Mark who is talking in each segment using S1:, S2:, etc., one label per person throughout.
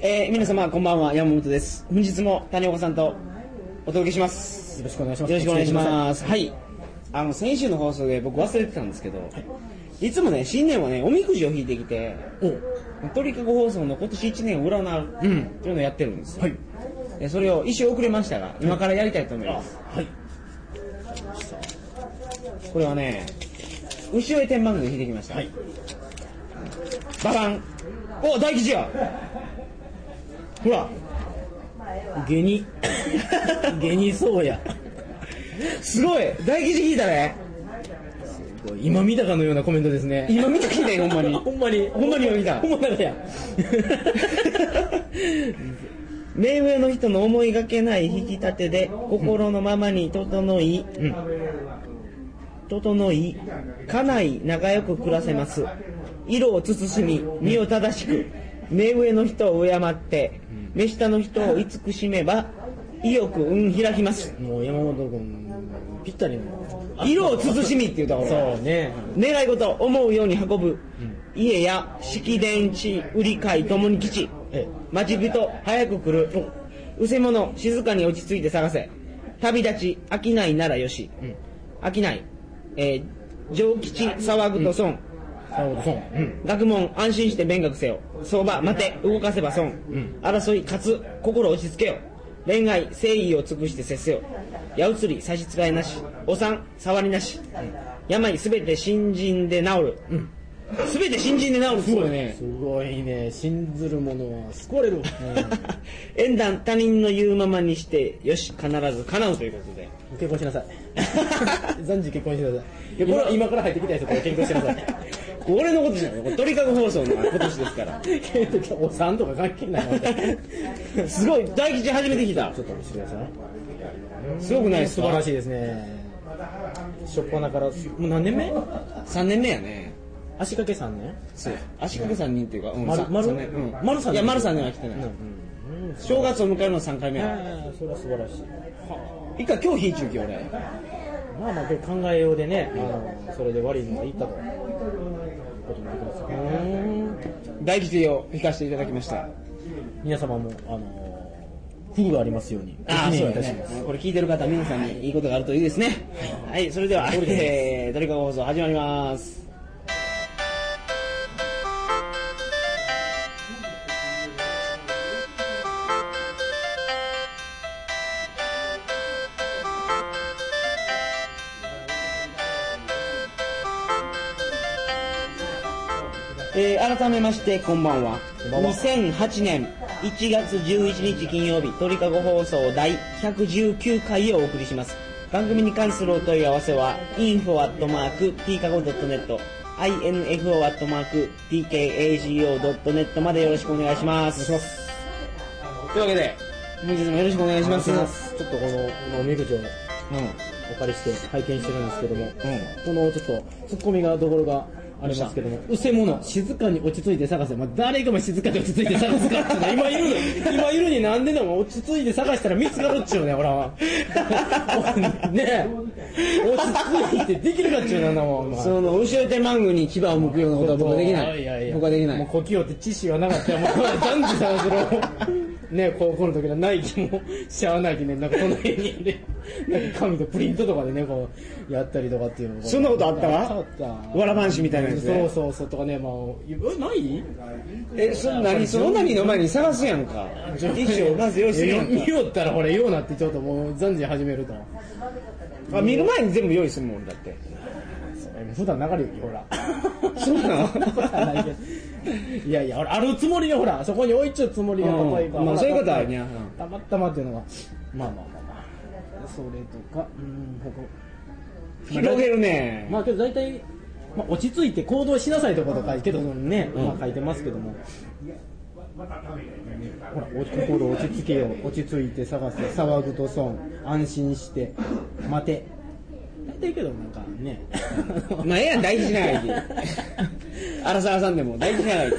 S1: えー皆様こんばんは山本です本日も谷岡さんとお届けします
S2: よろしくお願いします
S1: よろしくお願いしますはいあの先週の放送で僕忘れてたんですけど、い、つもね新年はねおみくじを引いてきて
S2: お
S1: 鳥かご放送の今年1年を占うって
S2: ん
S1: いうのをやってるんですよ、
S2: はい
S1: でそれを一周遅れましたが今からやりたいと思います、
S2: はい
S1: これはね牛尾天満宮で引いてきました、
S2: はい
S1: ババンお大吉やほら
S2: 下 に下にそうや
S1: すごい大吉引いたね
S2: 今見たかのようなコメントですね
S1: 今見た聞いたよほんまに
S2: ほんまに
S1: ほんまに今見た
S2: ほんまなんかや
S1: 目上の人の思いがけない引き立てで心のままに整い、整い家内仲良く暮らせます色を慎み身を正しく目上の人を敬って目下の人を慈しめば意欲運開きます
S2: もう山本君ぴったりの
S1: 色を慎みっていうところ
S2: そうね
S1: 願い事を思うように運ぶ、家や式電地売り買いともに吉
S2: え
S1: 待ち人早く来るうせ者静かに落ち着いて探せ旅立ち飽きないならよし、
S2: ん
S1: 飽きない、えー上吉騒ぐと損、
S2: なるほどそううん
S1: 学問安心して勉学せよ相場待て動かせば損、
S2: ん
S1: 争い勝つ心落ち着けよ恋愛誠意を尽くして接せよ矢移り差し支えなしお産触りなし、病すべて新人で治る、すべて新人で治るすごいね
S2: すごいね信ずる者は救われる、
S1: 縁談他人の言うままにしてよし必ず叶うということで
S2: 結婚しな さい暫時結婚してください
S1: いやこれは
S2: 今今から入ってきた人と結婚して ください
S1: 俺のことじゃないよこれ鳥かご放送の今年ですから
S2: けどお産とか関係ないわ
S1: すごい大吉初めて来た
S2: ちょっと見せてください
S1: すごくないです
S2: 素
S1: か
S2: 晴らしいですね初っ端からもう何年目
S1: 3年目やね
S2: 足掛け3年
S1: そう足掛け三人っていうか、うん
S2: 丸
S1: さ
S2: 丸
S1: 三年うん
S2: 丸三年
S1: いや丸三年は来てない、正月を迎えるの3回目
S2: あ
S1: や
S2: あそれは素晴らしい
S1: 一回今日引いちゅうき俺
S2: まあまあこれ考えようでねあのそれで悪いのがいったとことになりますね
S1: 大吉を引かせていただきました
S2: 皆様もあの福がありますように
S1: ー
S2: 一年
S1: や
S2: いたします
S1: ねこれ聞いてる方皆さんにいいことがあるといいですねはいそれでは「えー、トリカゴ放送」始まりますえー改めましてこんばんは
S2: こんばんは
S1: 2008年1月11日金曜日鳥かご放送第119回をお送りします番組に関するお問い合わせは info.tkago.net info.tkago.net までよろしくお願いします
S2: お願いします
S1: というわけで本日もよろしくお願いします
S2: ちょっとこのまあおみくじをお借りして拝見してるんですけども、このちょっとツッコミがどころがありますけども、うせ者、静かに落ち着いて探せ、まあ、誰かも静かに落ち着いて探すかって いうの、今いるの、今いるになんででも落ち着いて探したら見つかるっちゅうね、俺 は。ねえ、落ち着いてできるかっちゅうねんなもん、お前
S1: その後ろ手マングに牙を向くようなことは僕はできない
S2: いやいや
S1: 僕はできな
S2: もう
S1: い
S2: 呼吸をって知識はなかったよもう男児探 すのね高校の時のナイキもしゃあないきねなんか隣にいるなんか紙とプリントとかでねこうやったりとかっていうの
S1: そんなことあったわ
S2: あった
S1: わらばんしみたいなやつ
S2: そう
S1: で
S2: そうそうとかねまあえない
S1: えそんなにその何の前に探すやんか衣装まず用意するやん
S2: 見よったらほれようなってちょっともう暫時始めると
S1: かあ見る前に全部用意するもんだって
S2: 普段流れるよほら
S1: そうなの
S2: ないけ どいやいやほらあるつもりがほらそこに置いちゃうつもりが
S1: うん
S2: 例えば
S1: まあ
S2: ほら
S1: そういうことはね
S2: たま
S1: うん
S2: たまたまっていうのがまあまあまあまあそれとかうん他
S1: 広げるね
S2: まあけど大体、まあ、落ち着いて行動しなさいとかとかけどね、まあ書いてますけどもほらお心落ち着けよう落ち着いて探せ騒ぐと損安心して待て大体けどなんかね
S1: まあええやん大事な相 手 荒沢さんでも大事な相手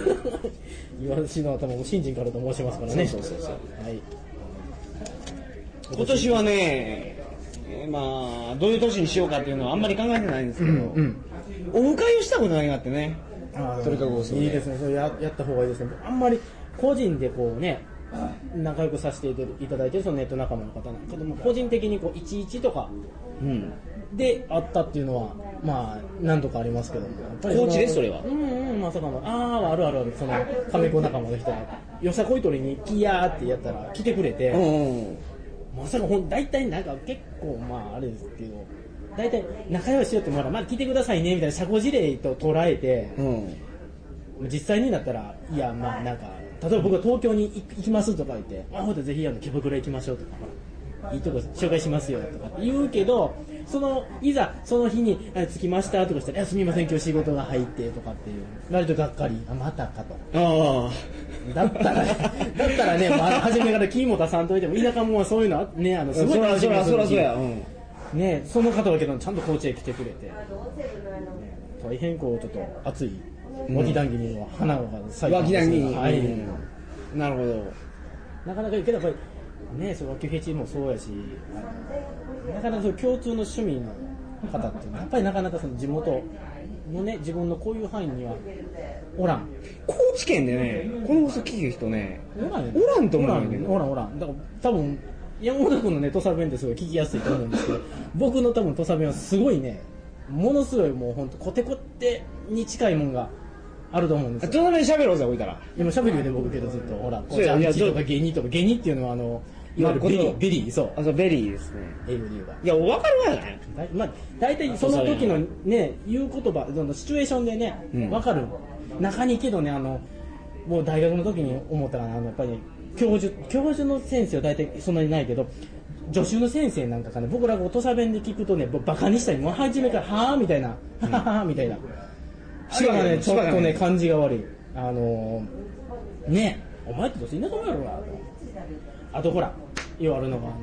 S2: 私の頭も新人からと申しますからね。そうそうそう。はい。
S1: 今年はねえーまあどういう年にしようかっていうのはあんまり考えてないんですけど、
S2: ん
S1: お迎えをしたことないがあってね
S2: あー
S1: とにかくそうね
S2: いいですね。それややった方がいいですね。あんまり個人でこうね、仲良くさせていただいてるそのネット仲間の方なんかとも、個人的にこう、11とか
S1: うん。
S2: であったっていうのは、まあ、何度かありますけども、やっぱりの
S1: 高知でそれは
S2: うんうん、まさかの、ああ、あるあるある、その、亀子仲間の人が、よさこい取りに来やーってやったら来てくれて、
S1: うん。
S2: まさかほん大体なんか結構まああれですけど大体仲良しよってもらうまあ聞いてくださいねみたいな社交辞令と捉えて
S1: うん。
S2: 実際になったらいやまあなんか例えば僕は東京に行行きますとか言ってあほんとぜひあの池袋行きましょうとかほらいいとこ紹介しますよとかって言うけどそのいざその日にあ着きましたとかしたらいやすみません今日仕事が入ってとかっていうなるとがっかりあまたかと
S1: ああ。
S2: だったら、 だったらね、まあ、初めからキーも出さんといても、田舎もんはそういうのあ、ね、あの、す
S1: そ
S2: ごい
S1: ら
S2: 楽し
S1: そ
S2: み
S1: ら
S2: にす
S1: そ
S2: る
S1: らそら。うん。
S2: ね、その方だけど、ちゃんと高知へ来てくれて、ね大変こう、ちょっと暑い、脇談義には花が咲いたん
S1: 脇
S2: です
S1: 談
S2: が
S1: 義に。
S2: はい、
S1: うんなるほど。
S2: なかなかいいけど、やっぱり、ね、そう、脇フェチもそうやし、なかなかそう共通の趣味の方っていうのは、やっぱりなかなかその地元のね、自分のこういう範囲には、おらん。
S1: 高知県でね、この放送聞いてる人ね、
S2: おらんよ
S1: おらんと思うんだけど
S2: おらんおらんおらんだから多分山本君のね土佐弁ってすごい聞きやすいと思うんですけど僕の多分土佐弁はすごいねものすごいもう本当コテコテに近いもんがあると思うんですよ
S1: 隣に喋ろうぜ、置いたら。
S2: でも喋るよね僕けどずっとほらこ
S1: そう
S2: うジ
S1: や
S2: ャ
S1: いや
S2: ンチと
S1: そ
S2: か
S1: う
S2: ゲニとかゲニっていうのはあのいわゆるベリ
S1: まあこ
S2: ー
S1: の
S2: ベリーそう
S1: あ、そう、ベリーですね。
S2: 英語で言えば
S1: いや、わかるわない
S2: だいまあ、大体その時のね言う言葉そのシチュエーションでね、
S1: うん
S2: わかる中にけどねあのもう大学の時に思ったかなあのやっぱり、教授教授の先生は大体そんなにないけど助手の先生なんかかね僕らが土佐弁で聞くとねバカにしたりもう初めから「はあ」みたいな「ははは」みたいなしかもねちょっとね感じが悪いあのーねお前ってどうせ田舎もんやろなあとほら言われるのがあの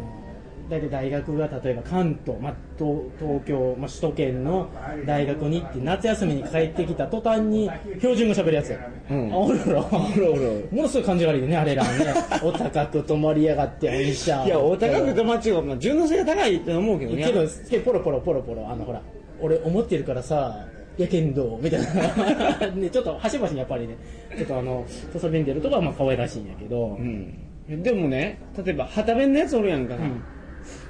S2: 大体大学が例えば関東、まあ、東東京、まあ、首都圏の大学に行って夏休みに帰ってきた途端に標準語喋るやつ、
S1: うん
S2: あおるおろ
S1: おるおる
S2: ものすごい感じ悪いよねあれらはね お高く泊まりやがっておいしゃ
S1: いや、お高くとマッチが、まあ、順応性が高いって思うけどね。
S2: けどすげえポロポロポロポロあのほら俺思ってるからさやけんどみたいな、 ね、ちょっと端々にやっぱりねちょっとあの土佐弁出るとこはまあ可愛らしいんやけど、
S1: うん。でもね、例えば、旗弁のやつおるやんか。
S2: ん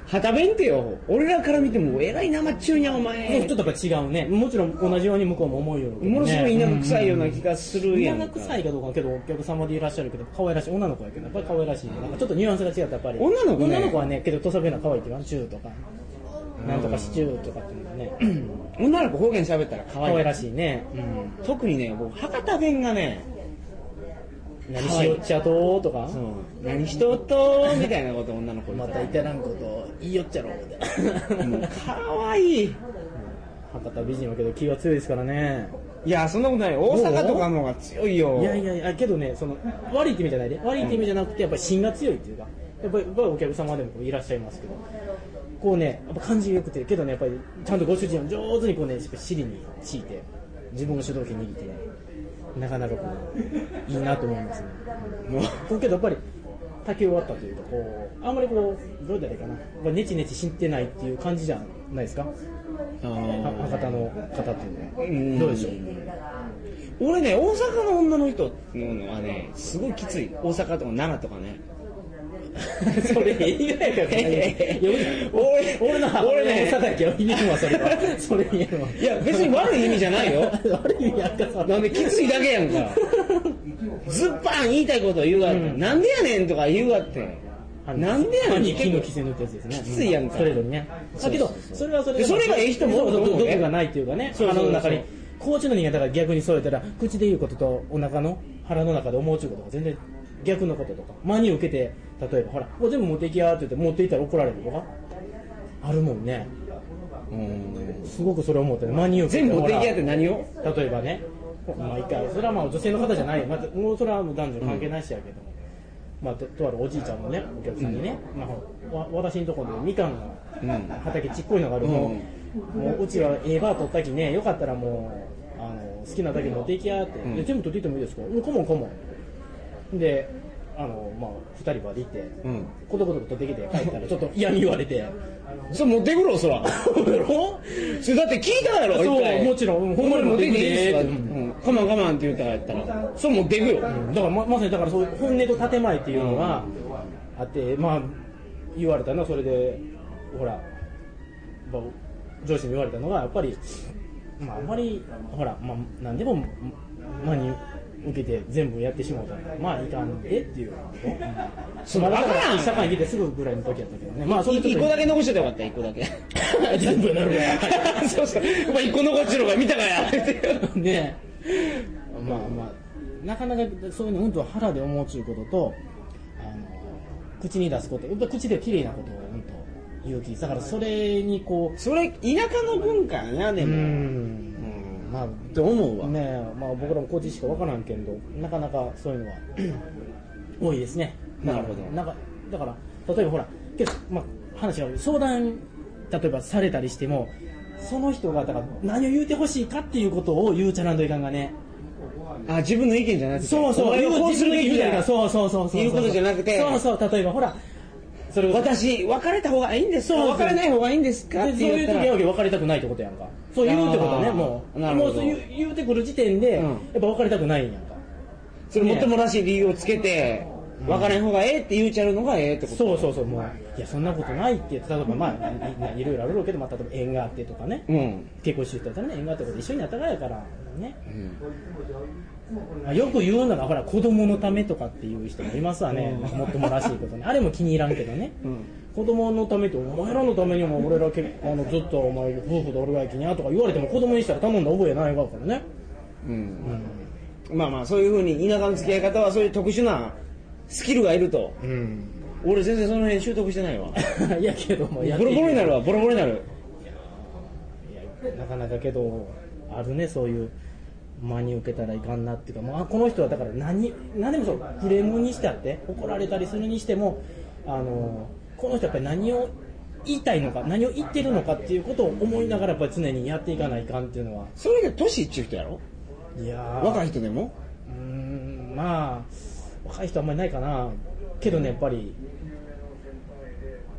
S1: 旗弁ってよ、俺らから見ても、えらい生中にゃ、お前。
S2: ちょっとやっぱ違うねもちろん同じように向こうも思うよ、ね、
S1: ものすごい田舎臭いような気がするやんか。
S2: 田舎臭いかどうかはけどお客様でいらっしゃるけど可愛らしい女の子やけどやっぱり可愛らしいねなんかちょっとニュアンスが違ったやっぱり
S1: 女の子ね
S2: 女の子はねけど土佐弁の可愛いって言わんチューとかなんとかシチューとかっていうのがね
S1: 女の子方言喋ったら可
S2: 可
S1: 愛い
S2: 愛らしいね、うん、
S1: 特にね、僕、博多弁がね、
S2: 何しよっちゃととか
S1: そう何しとっとみたいなこと女の子に
S2: ま
S1: 言ったら
S2: 至らんこと言いよっちゃろみたい
S1: も う
S2: な
S1: 可愛い
S2: 博多美人はけど気が強いですからね
S1: いやそんなことない大阪とかの方が強いよ
S2: いやいやいやけどねその悪いって意味じゃないで悪いって意味じゃなくてやっぱり芯が強いっていうかやっぱりやっぱりお客様でもこういらっしゃいますけどこうねやっぱ感じよくてけどねやっぱりちゃんとご主人を上手にこうね尻に敷いて自分の主導権握ってねなかなかこういいなと思いますね
S1: もう
S2: こうけどやっぱり炊き終わったというかこうあんまりこうどうだらいいかなやっぱネチネチ知ってないっていう感じじゃないですかは博多の方っていうのはどうでしょう
S1: 俺ね大阪の女の人ののはねすごいきつい大阪とか奈良とかね
S2: それ映画やからね
S1: 俺
S2: 俺の
S1: 俺
S2: 俺の
S1: ね
S2: 大阪駅を言えんわそれは それ言えんわ
S1: いや別に悪い意味じゃないよ
S2: 悪い意味やったさ
S1: なんできついだけやんかズッパン言いたいこと言うわって、
S2: うん
S1: なんでやねんとか言うわって、なんでやねん
S2: に金の規制のってやつですね
S1: きついやんか
S2: それぞれねだけどそれはそれ
S1: でそれがええ人もおると
S2: ど
S1: 思うね
S2: 毒がないっていうかね
S1: そうそう
S2: 鼻
S1: そう
S2: の中に高知の人間だから逆にそうやったら口で言うこととお腹の腹の中で思うちゅうことが全然逆のこととか真に受けて例えばほらもう全部持っていきやーって言って持っていったら怒られるとかあるもんね
S1: うん
S2: すごくそれ思ってね真に受けて
S1: 全部
S2: ほ
S1: 出
S2: ら
S1: 来合って何を
S2: 例えばね、まあ、一回それはまあ女性の方じゃない、まあ、もうそれはもう男女関係ないしやけども、まあ、ととあるおじいちゃんのねお客さんにね、まあほら、わ私のところでみかん
S1: うん
S2: が畑ちっこいのがあるの、もううちはええバー取ったきねよかったらもうあの好きなだけ持っていきやって、
S1: ん
S2: で全部取っていってもいいですかうんこもんこもんであの、まあ、二人バーで行って、
S1: うん
S2: ことことこと取ってきて帰ったらちょっと嫌味言われて
S1: それ持ってくろそら
S2: やろ
S1: それだって聞いたやろ
S2: そう
S1: 一回
S2: もちろんうんほんまに持って
S1: ほんまに持ってき
S2: きて
S1: ていいですか
S2: うん
S1: うん我慢我慢って言ったらやったら、それ持っていくよ。
S2: だからままさにだからそういう本音と建前っていうのがあって、まあ言われたのはそれでほら、まあ上司に言われたのがやっぱり、まあ、あんまりほら、まあ、何でもま真に受けて全部やってしまうからまあいかんでっていう
S1: そ
S2: ま
S1: の
S2: あだか
S1: バカな
S2: ら
S1: ん
S2: 社会に出てすぐぐらいの時やったけどねまあそれちょっ
S1: 一
S2: と
S1: 個だけ残しててよかった、一個だけ。
S2: 全部なるか ら
S1: そうそう。お前一個残っちるから見たかや。
S2: ねまあまあなかなかそういうのうんと腹で思うちゅうこととあの口に出すことやっぱ口で綺麗なことをうんと言うきだからそれにこ
S1: それ、田舎の文化やな、で
S2: うう
S1: も。
S2: んまあ
S1: と思うわ。
S2: ねえまあ僕らもコーチしか分からんけんどなかなかそういう のは多いですねだから
S1: なるほど
S2: なんかだから例えばほらけど、まあ、話が相談例えばされたりしてもその人がだから何を言うてほしいかっていうことを言うちゃなんといかんがね
S1: あ、自分の意見じゃなくて。
S2: そうそう、
S1: 俺をこうするべき
S2: み
S1: だ
S2: たい
S1: よ
S2: な、。そうそうそうそう。
S1: 言うことじゃなくて
S2: そうそう、例えばほら、それを、
S1: 私、別れた方がいいんですか
S2: そうそう
S1: 別れない方がいいんですかっ
S2: で
S1: て
S2: そうい
S1: 言
S2: う
S1: った
S2: 時
S1: ら
S2: は別れたくないってことやんか。そう言うってことは
S1: あ
S2: ね、
S1: ー
S2: もう。
S1: なるほど
S2: もうそう言う言うてくる時点で、
S1: うん
S2: やっぱ別れたくないんやんか。
S1: それもっともらしい理由をつけて、別れん方がええって言うちゃうのがええってこと。
S2: そうそうそう、もう、いや、そんなことないって、例えばまあ、いいいろいろあるろうけど、まあ、例えば縁があってとかね。
S1: うん。
S2: 結婚してる人だったらね、縁があってとか一緒になったからやから、ね。まあよく言うのが、ほら、子供のためとかっていう人もいますわね。
S1: うん
S2: もっともらしいことね。あれも気に入らんけどね。
S1: うん。
S2: 子供のためってお前らのためにも俺ら結あのずっとお前夫婦で俺がいきにゃとか言われても子供にしたら頼んだ覚えないわからね、
S1: うん。
S2: う
S1: まあまあ、そういうふうに田舎の付き合い方はそういう特殊なスキルがいると。
S2: ん
S1: 俺全然その辺習得してないわ。
S2: いやけども
S1: ボ
S2: や
S1: ロ
S2: っていけ
S1: ボロになるわ、ボロボロになる。
S2: いやなかなかけどあるねそういう真に受けたらいかんなっていうかもうあこの人はだから何何でもそうクレームにしたって怒られたりするにしてもあのこの人やっぱり何を言いたいのか何を言ってるのかっていうことを思いながらやっぱり常にやっていかないかんっていうのは
S1: それが年いっちゅう人やろ
S2: いやー
S1: 若い人でも
S2: うーんまあ若い人あんまりないかなけどねやっぱり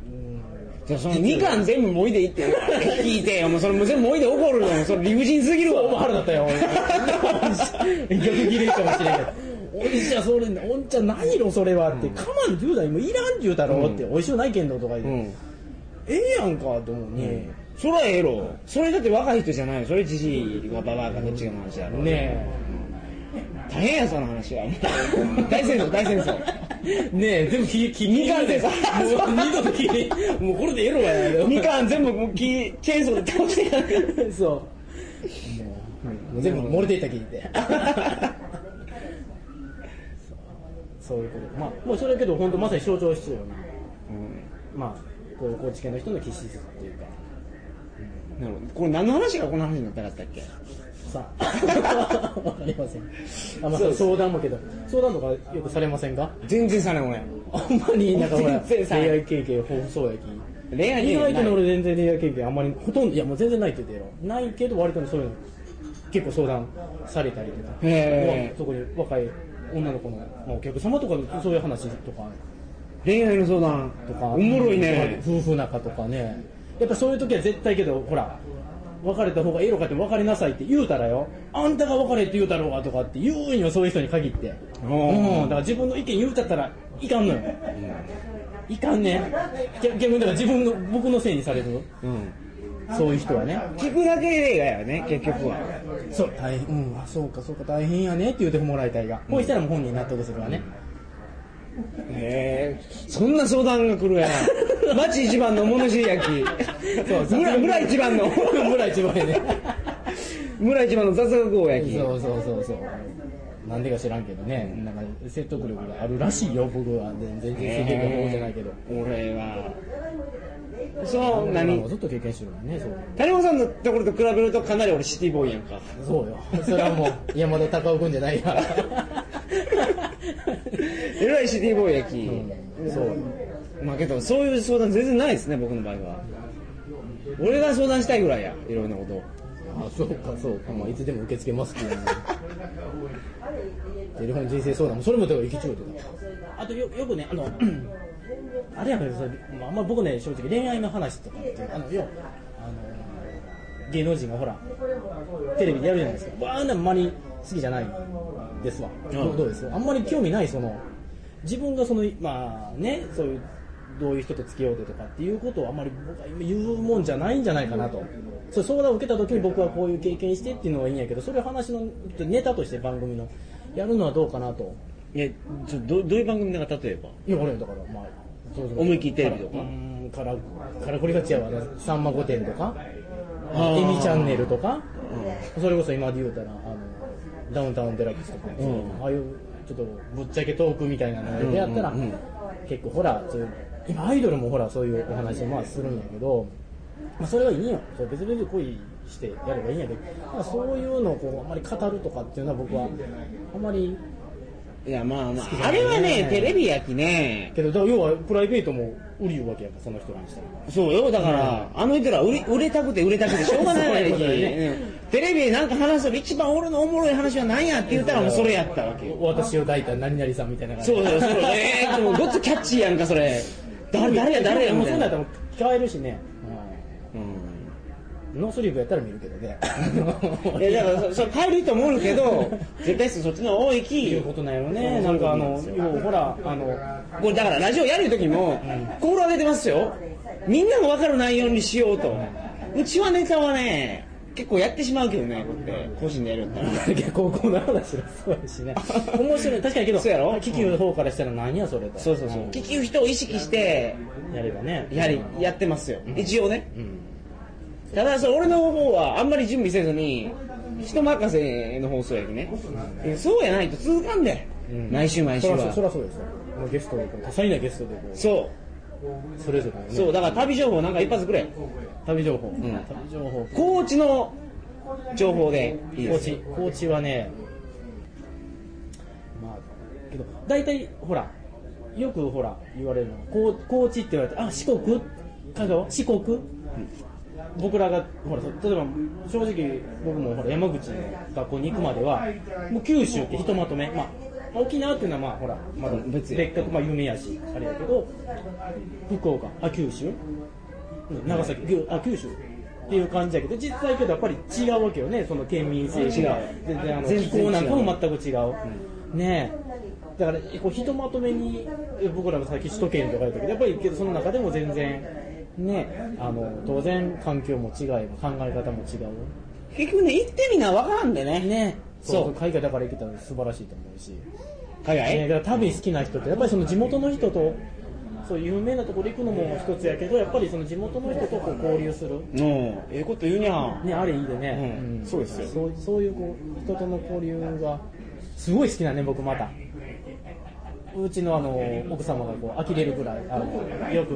S2: うーん
S1: じゃあそのみかん全部もいでいい って言うから聞いてよもうそれもう全部もいで怒るよそれ理不尽すぎるわ
S2: オーバーハルだったよ俺逆ギレかもしれんけどおいじゃそれおんちゃん何色それはって「かまん」って言うだろもういらんって言うだろって「
S1: う
S2: おいしゅうないけんど」とか言
S1: う
S2: って
S1: ん
S2: 「ええやんか」と思うね
S1: それはええろそれだって若い人じゃないよそれじじいがババアかどっちがの話だろ
S2: ね
S1: 大変やその話 は大戦争大戦争
S2: えねえ全部きき
S1: みかんで
S2: で
S1: さ
S2: もう二度と聞いもうこれでエロ や
S1: みかん全部もう木チェーンソーで倒してやる
S2: そうもう全部漏れていったきって そういうことまあもうそれやけど本当まさに象徴必要な
S1: うん
S2: まあこう高知県の人の気質っていうか
S1: なるほどこれ何の話がこの話になったかったっけ
S2: さ あわかりませんあ、まあ、
S1: そうです
S2: 相談もけど相談とかよくされませんか
S1: 全然されん俺
S2: あんまり なんかほら
S1: 全然
S2: 恋
S1: されん
S2: 愛経験豊富そうやき
S1: 恋愛
S2: 意
S1: 経験
S2: 外
S1: ない
S2: とね俺全然恋愛経験あんまりほとんどいやもう全然ないって言ってたよないけど割とねそういうの結構相談されたりとか
S1: へえ
S2: 特に若い女の子の、まあ、お客様とかそういう話とか
S1: 恋愛の相談
S2: とか
S1: おもろいね
S2: 夫婦仲とかねやっぱそういう時は絶対けどほら別れた方がいいのかって別れなさいって言うたらよあんたが別れって言うたろうがとかって言うんよそういう人に限って
S1: お
S2: うん
S1: ー
S2: だから自分の意見言うたったらいかんのよ、いかんね逆逆にだから自分の僕のせいにされる
S1: うん
S2: そういう人はね
S1: 聞くだけ映画やね結局は
S2: そう大変うんあそうかそうか大変やねって言うてもらいたいが、こうしたらもう本人納得するわね、
S1: へえそんな相談が来るや ん町一番の物知り焼き
S2: そう
S1: 村村一番の
S2: 村一番やね
S1: 村一番の雑学王焼き
S2: そうそうそうそうなんでか知らんけどね、なんか説得力があるらしいよ僕は全然全然方じゃないけど、
S1: 俺はそう
S2: まあ
S1: 何
S2: ずっと経験してるもんねそう
S1: 谷本さんのところと比べるとかなり俺シティボーイやん か
S2: そうよそれは もう山田隆夫君じゃないから
S1: えらいシティボーイ焼き、
S2: そうよ
S1: まあけどそういう相談全然ないですね僕の場合は俺が相談したいぐらいやいろんなことを
S2: あそうかそうか、まあ、いつでも受け付けます けど、ね、テレフォン人生相談もそれもだから生きちゅうてたあとよよくねあのあれやけどそれ、まあ、あんま僕ね正直恋愛の話とかっていうあのよあの芸能人がほらテレビでやるじゃないですかわあんなまに好きじゃないですわ、どうどうですあんまり興味ないその自分がそのまあねそういうどういう人と付き合うでとかっていうことをあんまり僕は言うもんじゃないんじゃないかなとそう相談を受けた時に僕はこういう経験してっていうのはいいんやけどそれを話のネタとして番組のやるのはどうかなと
S1: えちょどどういう番組だか例えば
S2: いや俺だからまあそうそう
S1: 思い切りテレビとか
S2: うーんからからこりがちやわね「さんま御殿」とか「
S1: あー
S2: エミチャンネル」とか、それこそ今で言うたらあの「ダウンタウンデラックス」とか、ああいうちょっとぶっちゃけトークみたいなのでやったら、
S1: うんうんうん
S2: 結構ほらそういう今アイドルもほらそういうお話をまあするんやけど、まあ、それはいいんよそれ別々恋してやればいいんやけど、まあ、そういうのをこうあんまり語るとかっていうのは僕はあんまり
S1: いやまあまああれはねテレビやきね
S2: けどだから要はプライベートも売りよわけやんかその人らにしたら。
S1: そうよだから、あの人ら売れ売れたくて売れたくてしょうがないやき、
S2: そういうことだよね
S1: うんテレビでなんか話すの一番俺のおもろい話は何やって言ったらもうそれやったわけよ
S2: 私を抱いた何々さんみたいな感じ
S1: そうそう そうえー、でもごっつキャッチーやんかそれ誰誰や誰や
S2: も
S1: み
S2: うそ
S1: た
S2: う
S1: い
S2: な
S1: な
S2: ったらもう聞かれるしね、
S1: うん
S2: ノースリーブやったら見るけどね
S1: いやだからそそれ帰ると思うけど絶対そっちの方が多い
S2: い
S1: き
S2: うことなんやろねなんかあの要はほらあの
S1: これだからラジオやる時も心上げてますよみんなが分かる内容にしようとうちはネタはね結構やってしまうけどねこうやって個人でやるんだったら
S2: 高校の話がそうやしね面白い確かにけど
S1: そうやろ
S2: 気球の方からしたら何やそれと
S1: そうそうそう聞く人を意識して
S2: やればね
S1: やはりやってますよ一応ね
S2: うん
S1: ただそれ俺の方はあんまり準備せずに人任せの放送やきねそうやないと続かんで
S2: うん
S1: 毎週毎週
S2: そらそそ
S1: は
S2: らそうですよもうゲストでこう多彩なゲストでこう
S1: そう
S2: それぞれのね
S1: そうだから旅情報なんか一発くれ
S2: 旅情報、
S1: ん
S2: 旅情報
S1: 高知の情報でいい
S2: 高
S1: です
S2: 知高知はねまあけど大体ほらよくほら言われるのが高高知って言われてあ四国香川四国、僕らがほら例えば正直僕もほら山口の学校に行くまではもう九州ってひとまとめまあまあ沖縄っていうのはまあほらまだ
S1: 別や
S2: 別格まあ有名やしあれやけど福岡あ九州長崎ぎゅあ九州っていう感じやけど実際けどやっぱり違うわけよねその県民性が
S1: 違う
S2: 全然あの
S1: 全
S2: 気
S1: 然
S2: 候なんかも全く違う、ねえだからこうひとまとめにえ僕らもさっき首都圏とか言ったけどやっぱりけどその中でも全然ねえあの当然環境も違い考え方も違う
S1: 結局ね行ってみな分からんでね
S2: ね
S1: そう
S2: 海外だから行けたら素晴らしいと思うし、
S1: 海外、
S2: ね、だから旅好きな人ってやっぱりその地元の人とそう有名なところ行くのも一つやけどやっぱりその地元の人とこう交流する
S1: うんええこと言うにゃん
S2: ね、あれいいでね、
S1: うんそうですよ
S2: そうそういうこう人との交流がすごい好きなんね僕またうちのあの奥様がこう呆れるぐらいあのよく、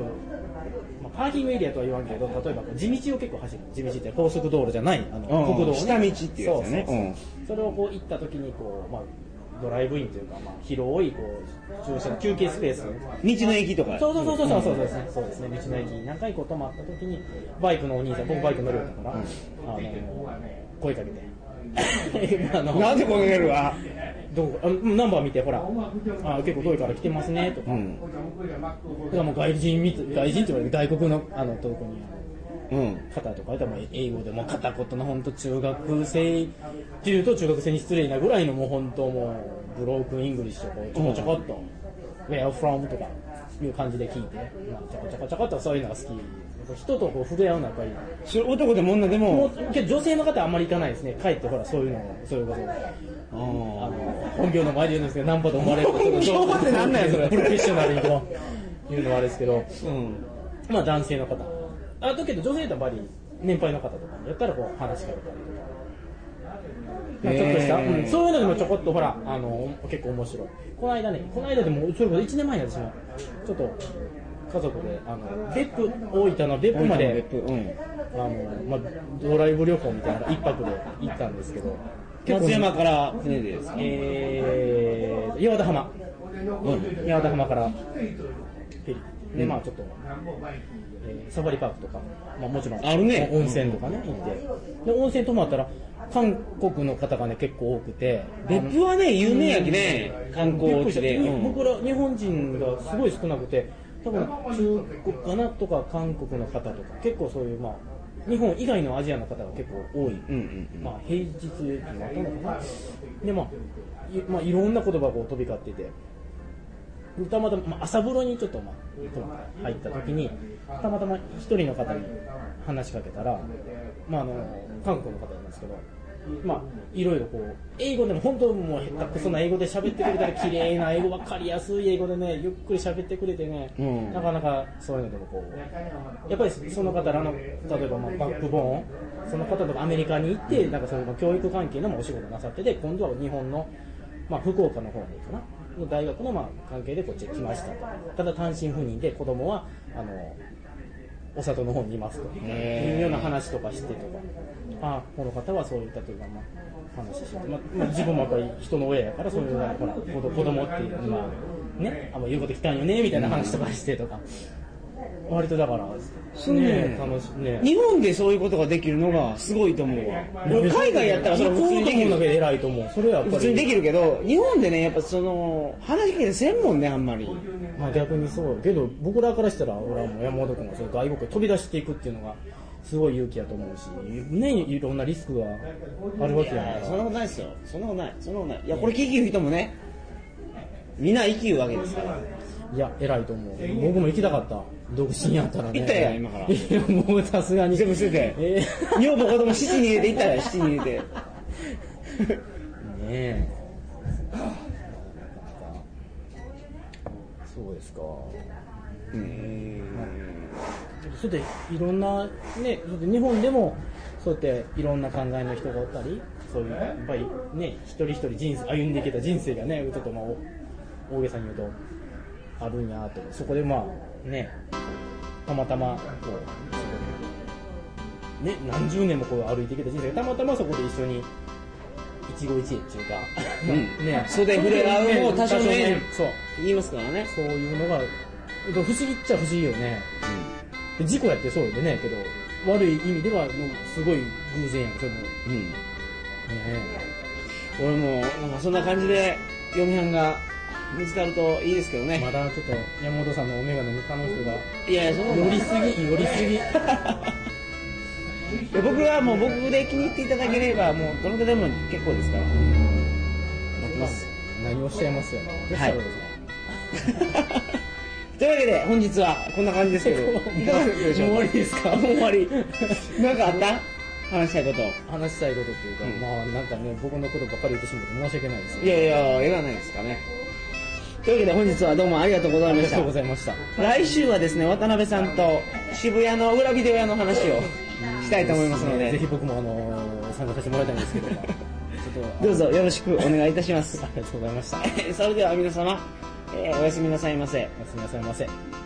S2: まあ、パーキングエリアとは言わんけど例えばこう地道を結構走る地道って高速道路じゃないあの
S1: うん
S2: 国道、ね、
S1: 下道っていうやつだね
S2: そうそうそう
S1: うん
S2: それをこう行った時にこう、まあ、ドライブインというか、まあ、広いこう駐車休憩スペース
S1: 道の駅とか
S2: そうそうそうそうそうそうですね。そうですね。道の駅に何回こう泊まった時にバイクのお兄さん、僕バイク乗るから、あの声か けて。あの
S1: なんでこげるわ
S2: どこあナンバー見てほらあ結構遠いから来てますねとか、
S1: うん
S2: だからもう外人見て外人って言われて外国のあのとこに
S1: うん
S2: 方とかでもう英語でもう片言の本当中学生っていうと中学生に失礼なぐらいのもう本当もうブロークンイングリッシュをこうちょこちょこっと「Where from?」とかいう感じで聞いて、まあ、ちょこちょこちょこっとそういうのが好き人とこう触れ合うのはやっぱり
S1: それ男でも女で
S2: も
S1: も
S2: うけど女性の方はあんまり行かないですねかえってほらそういうのをそういうこと
S1: あ
S2: あ
S1: ー
S2: の本業の前で言うんですけどナンパと思われると
S1: 本業ってなんなんやそれ
S2: プロフェッショナルにこう言うのはあれですけど
S1: うん
S2: まあ男性の方。あだけど女性だとやっぱり年配の方とかもやったらこう話しかけたりとか。まあちょっとした、
S1: へー
S2: うんそういうのでもちょこっとほら、あの、結構面白い。この間ね、この間でも、それこそ1年前に私も、ちょっと、家族で、あの、別府、大分の別府まで、
S1: うん
S2: あの、まあ、ドライブ旅行みたいな一泊で行ったんですけど、
S1: 松山から船でですか
S2: えー、岩田浜。岩田浜からフェリーで、まあちょっと、えーサファリパークとか、まあ、もちろん
S1: あるね
S2: 温泉とかね、行ってで温泉泊まったら韓国の方がね結構多くて
S1: 別府はね有名やきね観
S2: びっく
S1: 光
S2: りし
S1: 地
S2: た
S1: で
S2: に
S1: うん
S2: 僕ら日本人がすごい少なくて多分中国かなとか韓国の方とか結構そういうまあ日本以外のアジアの方が結構
S1: うんう
S2: 多い、
S1: んうん
S2: まあ、平日になったのかなで、まあいまあ、いろんな言葉がこう飛び交っててでたまたま、まあ、朝風呂にちょっと、まあ、入った時にたまたま一人の方に話しかけたら、まあ、あの韓国の方なんですけど、まあ、いろいろこう英語でも本当もう下手くそな英語で喋ってくれたら綺麗な英語分かりやすい英語でねゆっくり喋ってくれてね、
S1: うん
S2: なかなかそういうのでもこうやっぱりその方らの例えばまあバックボーンその方とかアメリカに行ってなんかそういう教育関係のまあお仕事なさってて今度は日本の、まあ、福岡の方に行くかなの大学のまあ関係でこっちへ来ましたとただ単身赴任で子供はあのお里の方にいますというような話とかしてとか、あこの方はそういったというか、まあ、話して、まあまあ自分もやっぱり人の親やから、そういうなんかほら子供子供っていうのは、ね、あんま言うこと聞かんよねみたいな話とかしてとか、割とだから、
S1: そうね
S2: 楽しいね。
S1: 日本でそういうことができるのがすごいと思うわ俺海外やったらそれ普
S2: 行こ
S1: 通
S2: う
S1: にで
S2: と思
S1: き
S2: うんだけど
S1: る
S2: 偉いと思う。それはやっぱ
S1: 普通
S2: り。
S1: にできるけど日本でねやっぱその話しかけせんもんねあんまり
S2: まあ逆にそうけど僕らからしたら俺はもう山本君がその外国へ飛び出していくっていうのがすごい勇気やと思うしねいろんなリスクがあるわけやから
S1: そんなことないですよそんなことないそんなことないいやこれ聞きる人もねみんな生きるわけですから
S2: いや、偉いと思う。僕も行きたかった。独身やったらね。
S1: 行ったやん今から
S2: いや、もうさすがに。
S1: 全部捨てて
S2: え
S1: 女房子供七に入れていったら七に入れて
S2: ーねえ。そうですか。それで、いろんな、ね、それで日本でも、そうやっていろんな考えの人がおったり、そういう、やっぱりね、一人一人人生、歩んできた人生がね、ちょっとまあ、お大げさに言うと、あるんやと。そこでまあ、ね、たまたま、こう、そこでね、何十年もこう歩いてきた人生がたまたまそこで一緒に一期一会っていうか、
S1: うん袖触れ合うも多少ね
S2: そう
S1: 言いますからね
S2: そういうのが不思議っちゃ不思議よねで事故やってそうよねけど悪い意味ではすごい偶然やんそれもね
S1: うん、うん俺もなんかそんな感じで嫁はんが見つかるといいですけどね、
S2: まだちょっと山本さんのお眼鏡に彼女が
S1: いやいやそんなこと
S2: 寄
S1: な
S2: り
S1: い
S2: すぎ寄りすぎ
S1: いや僕はもう僕で気に入っていただければもうどの方でも結構ですから待ってます
S2: 何をおっしゃいますよね
S1: はい
S2: どうしたら
S1: というわけで本日はこんな感じですけ ど
S2: どうですか
S1: いかがだったでしょう
S2: もう終わりです
S1: も
S2: か
S1: う終わり なんかあった話したいこと
S2: 話したいことっていうか、
S1: うん
S2: まあなんかね僕のことばっかり言ってしまって申し訳ないです
S1: いやいやえがないですかねというわけで本日はどうもありがとうござ
S2: あ
S1: いま
S2: り
S1: した
S2: がとうございました
S1: 来週はですね渡辺さんと渋谷の裏ビデオ屋の話をしたいと思いますの
S2: ぜ
S1: で
S2: ひ僕もあのー参加させてもらいたいんです けどちょっと
S1: どうぞよろしくお願いいたします
S2: ありがとうございましたおや
S1: それでは皆様、えーおやすみなさいませ。
S2: すみなさいませ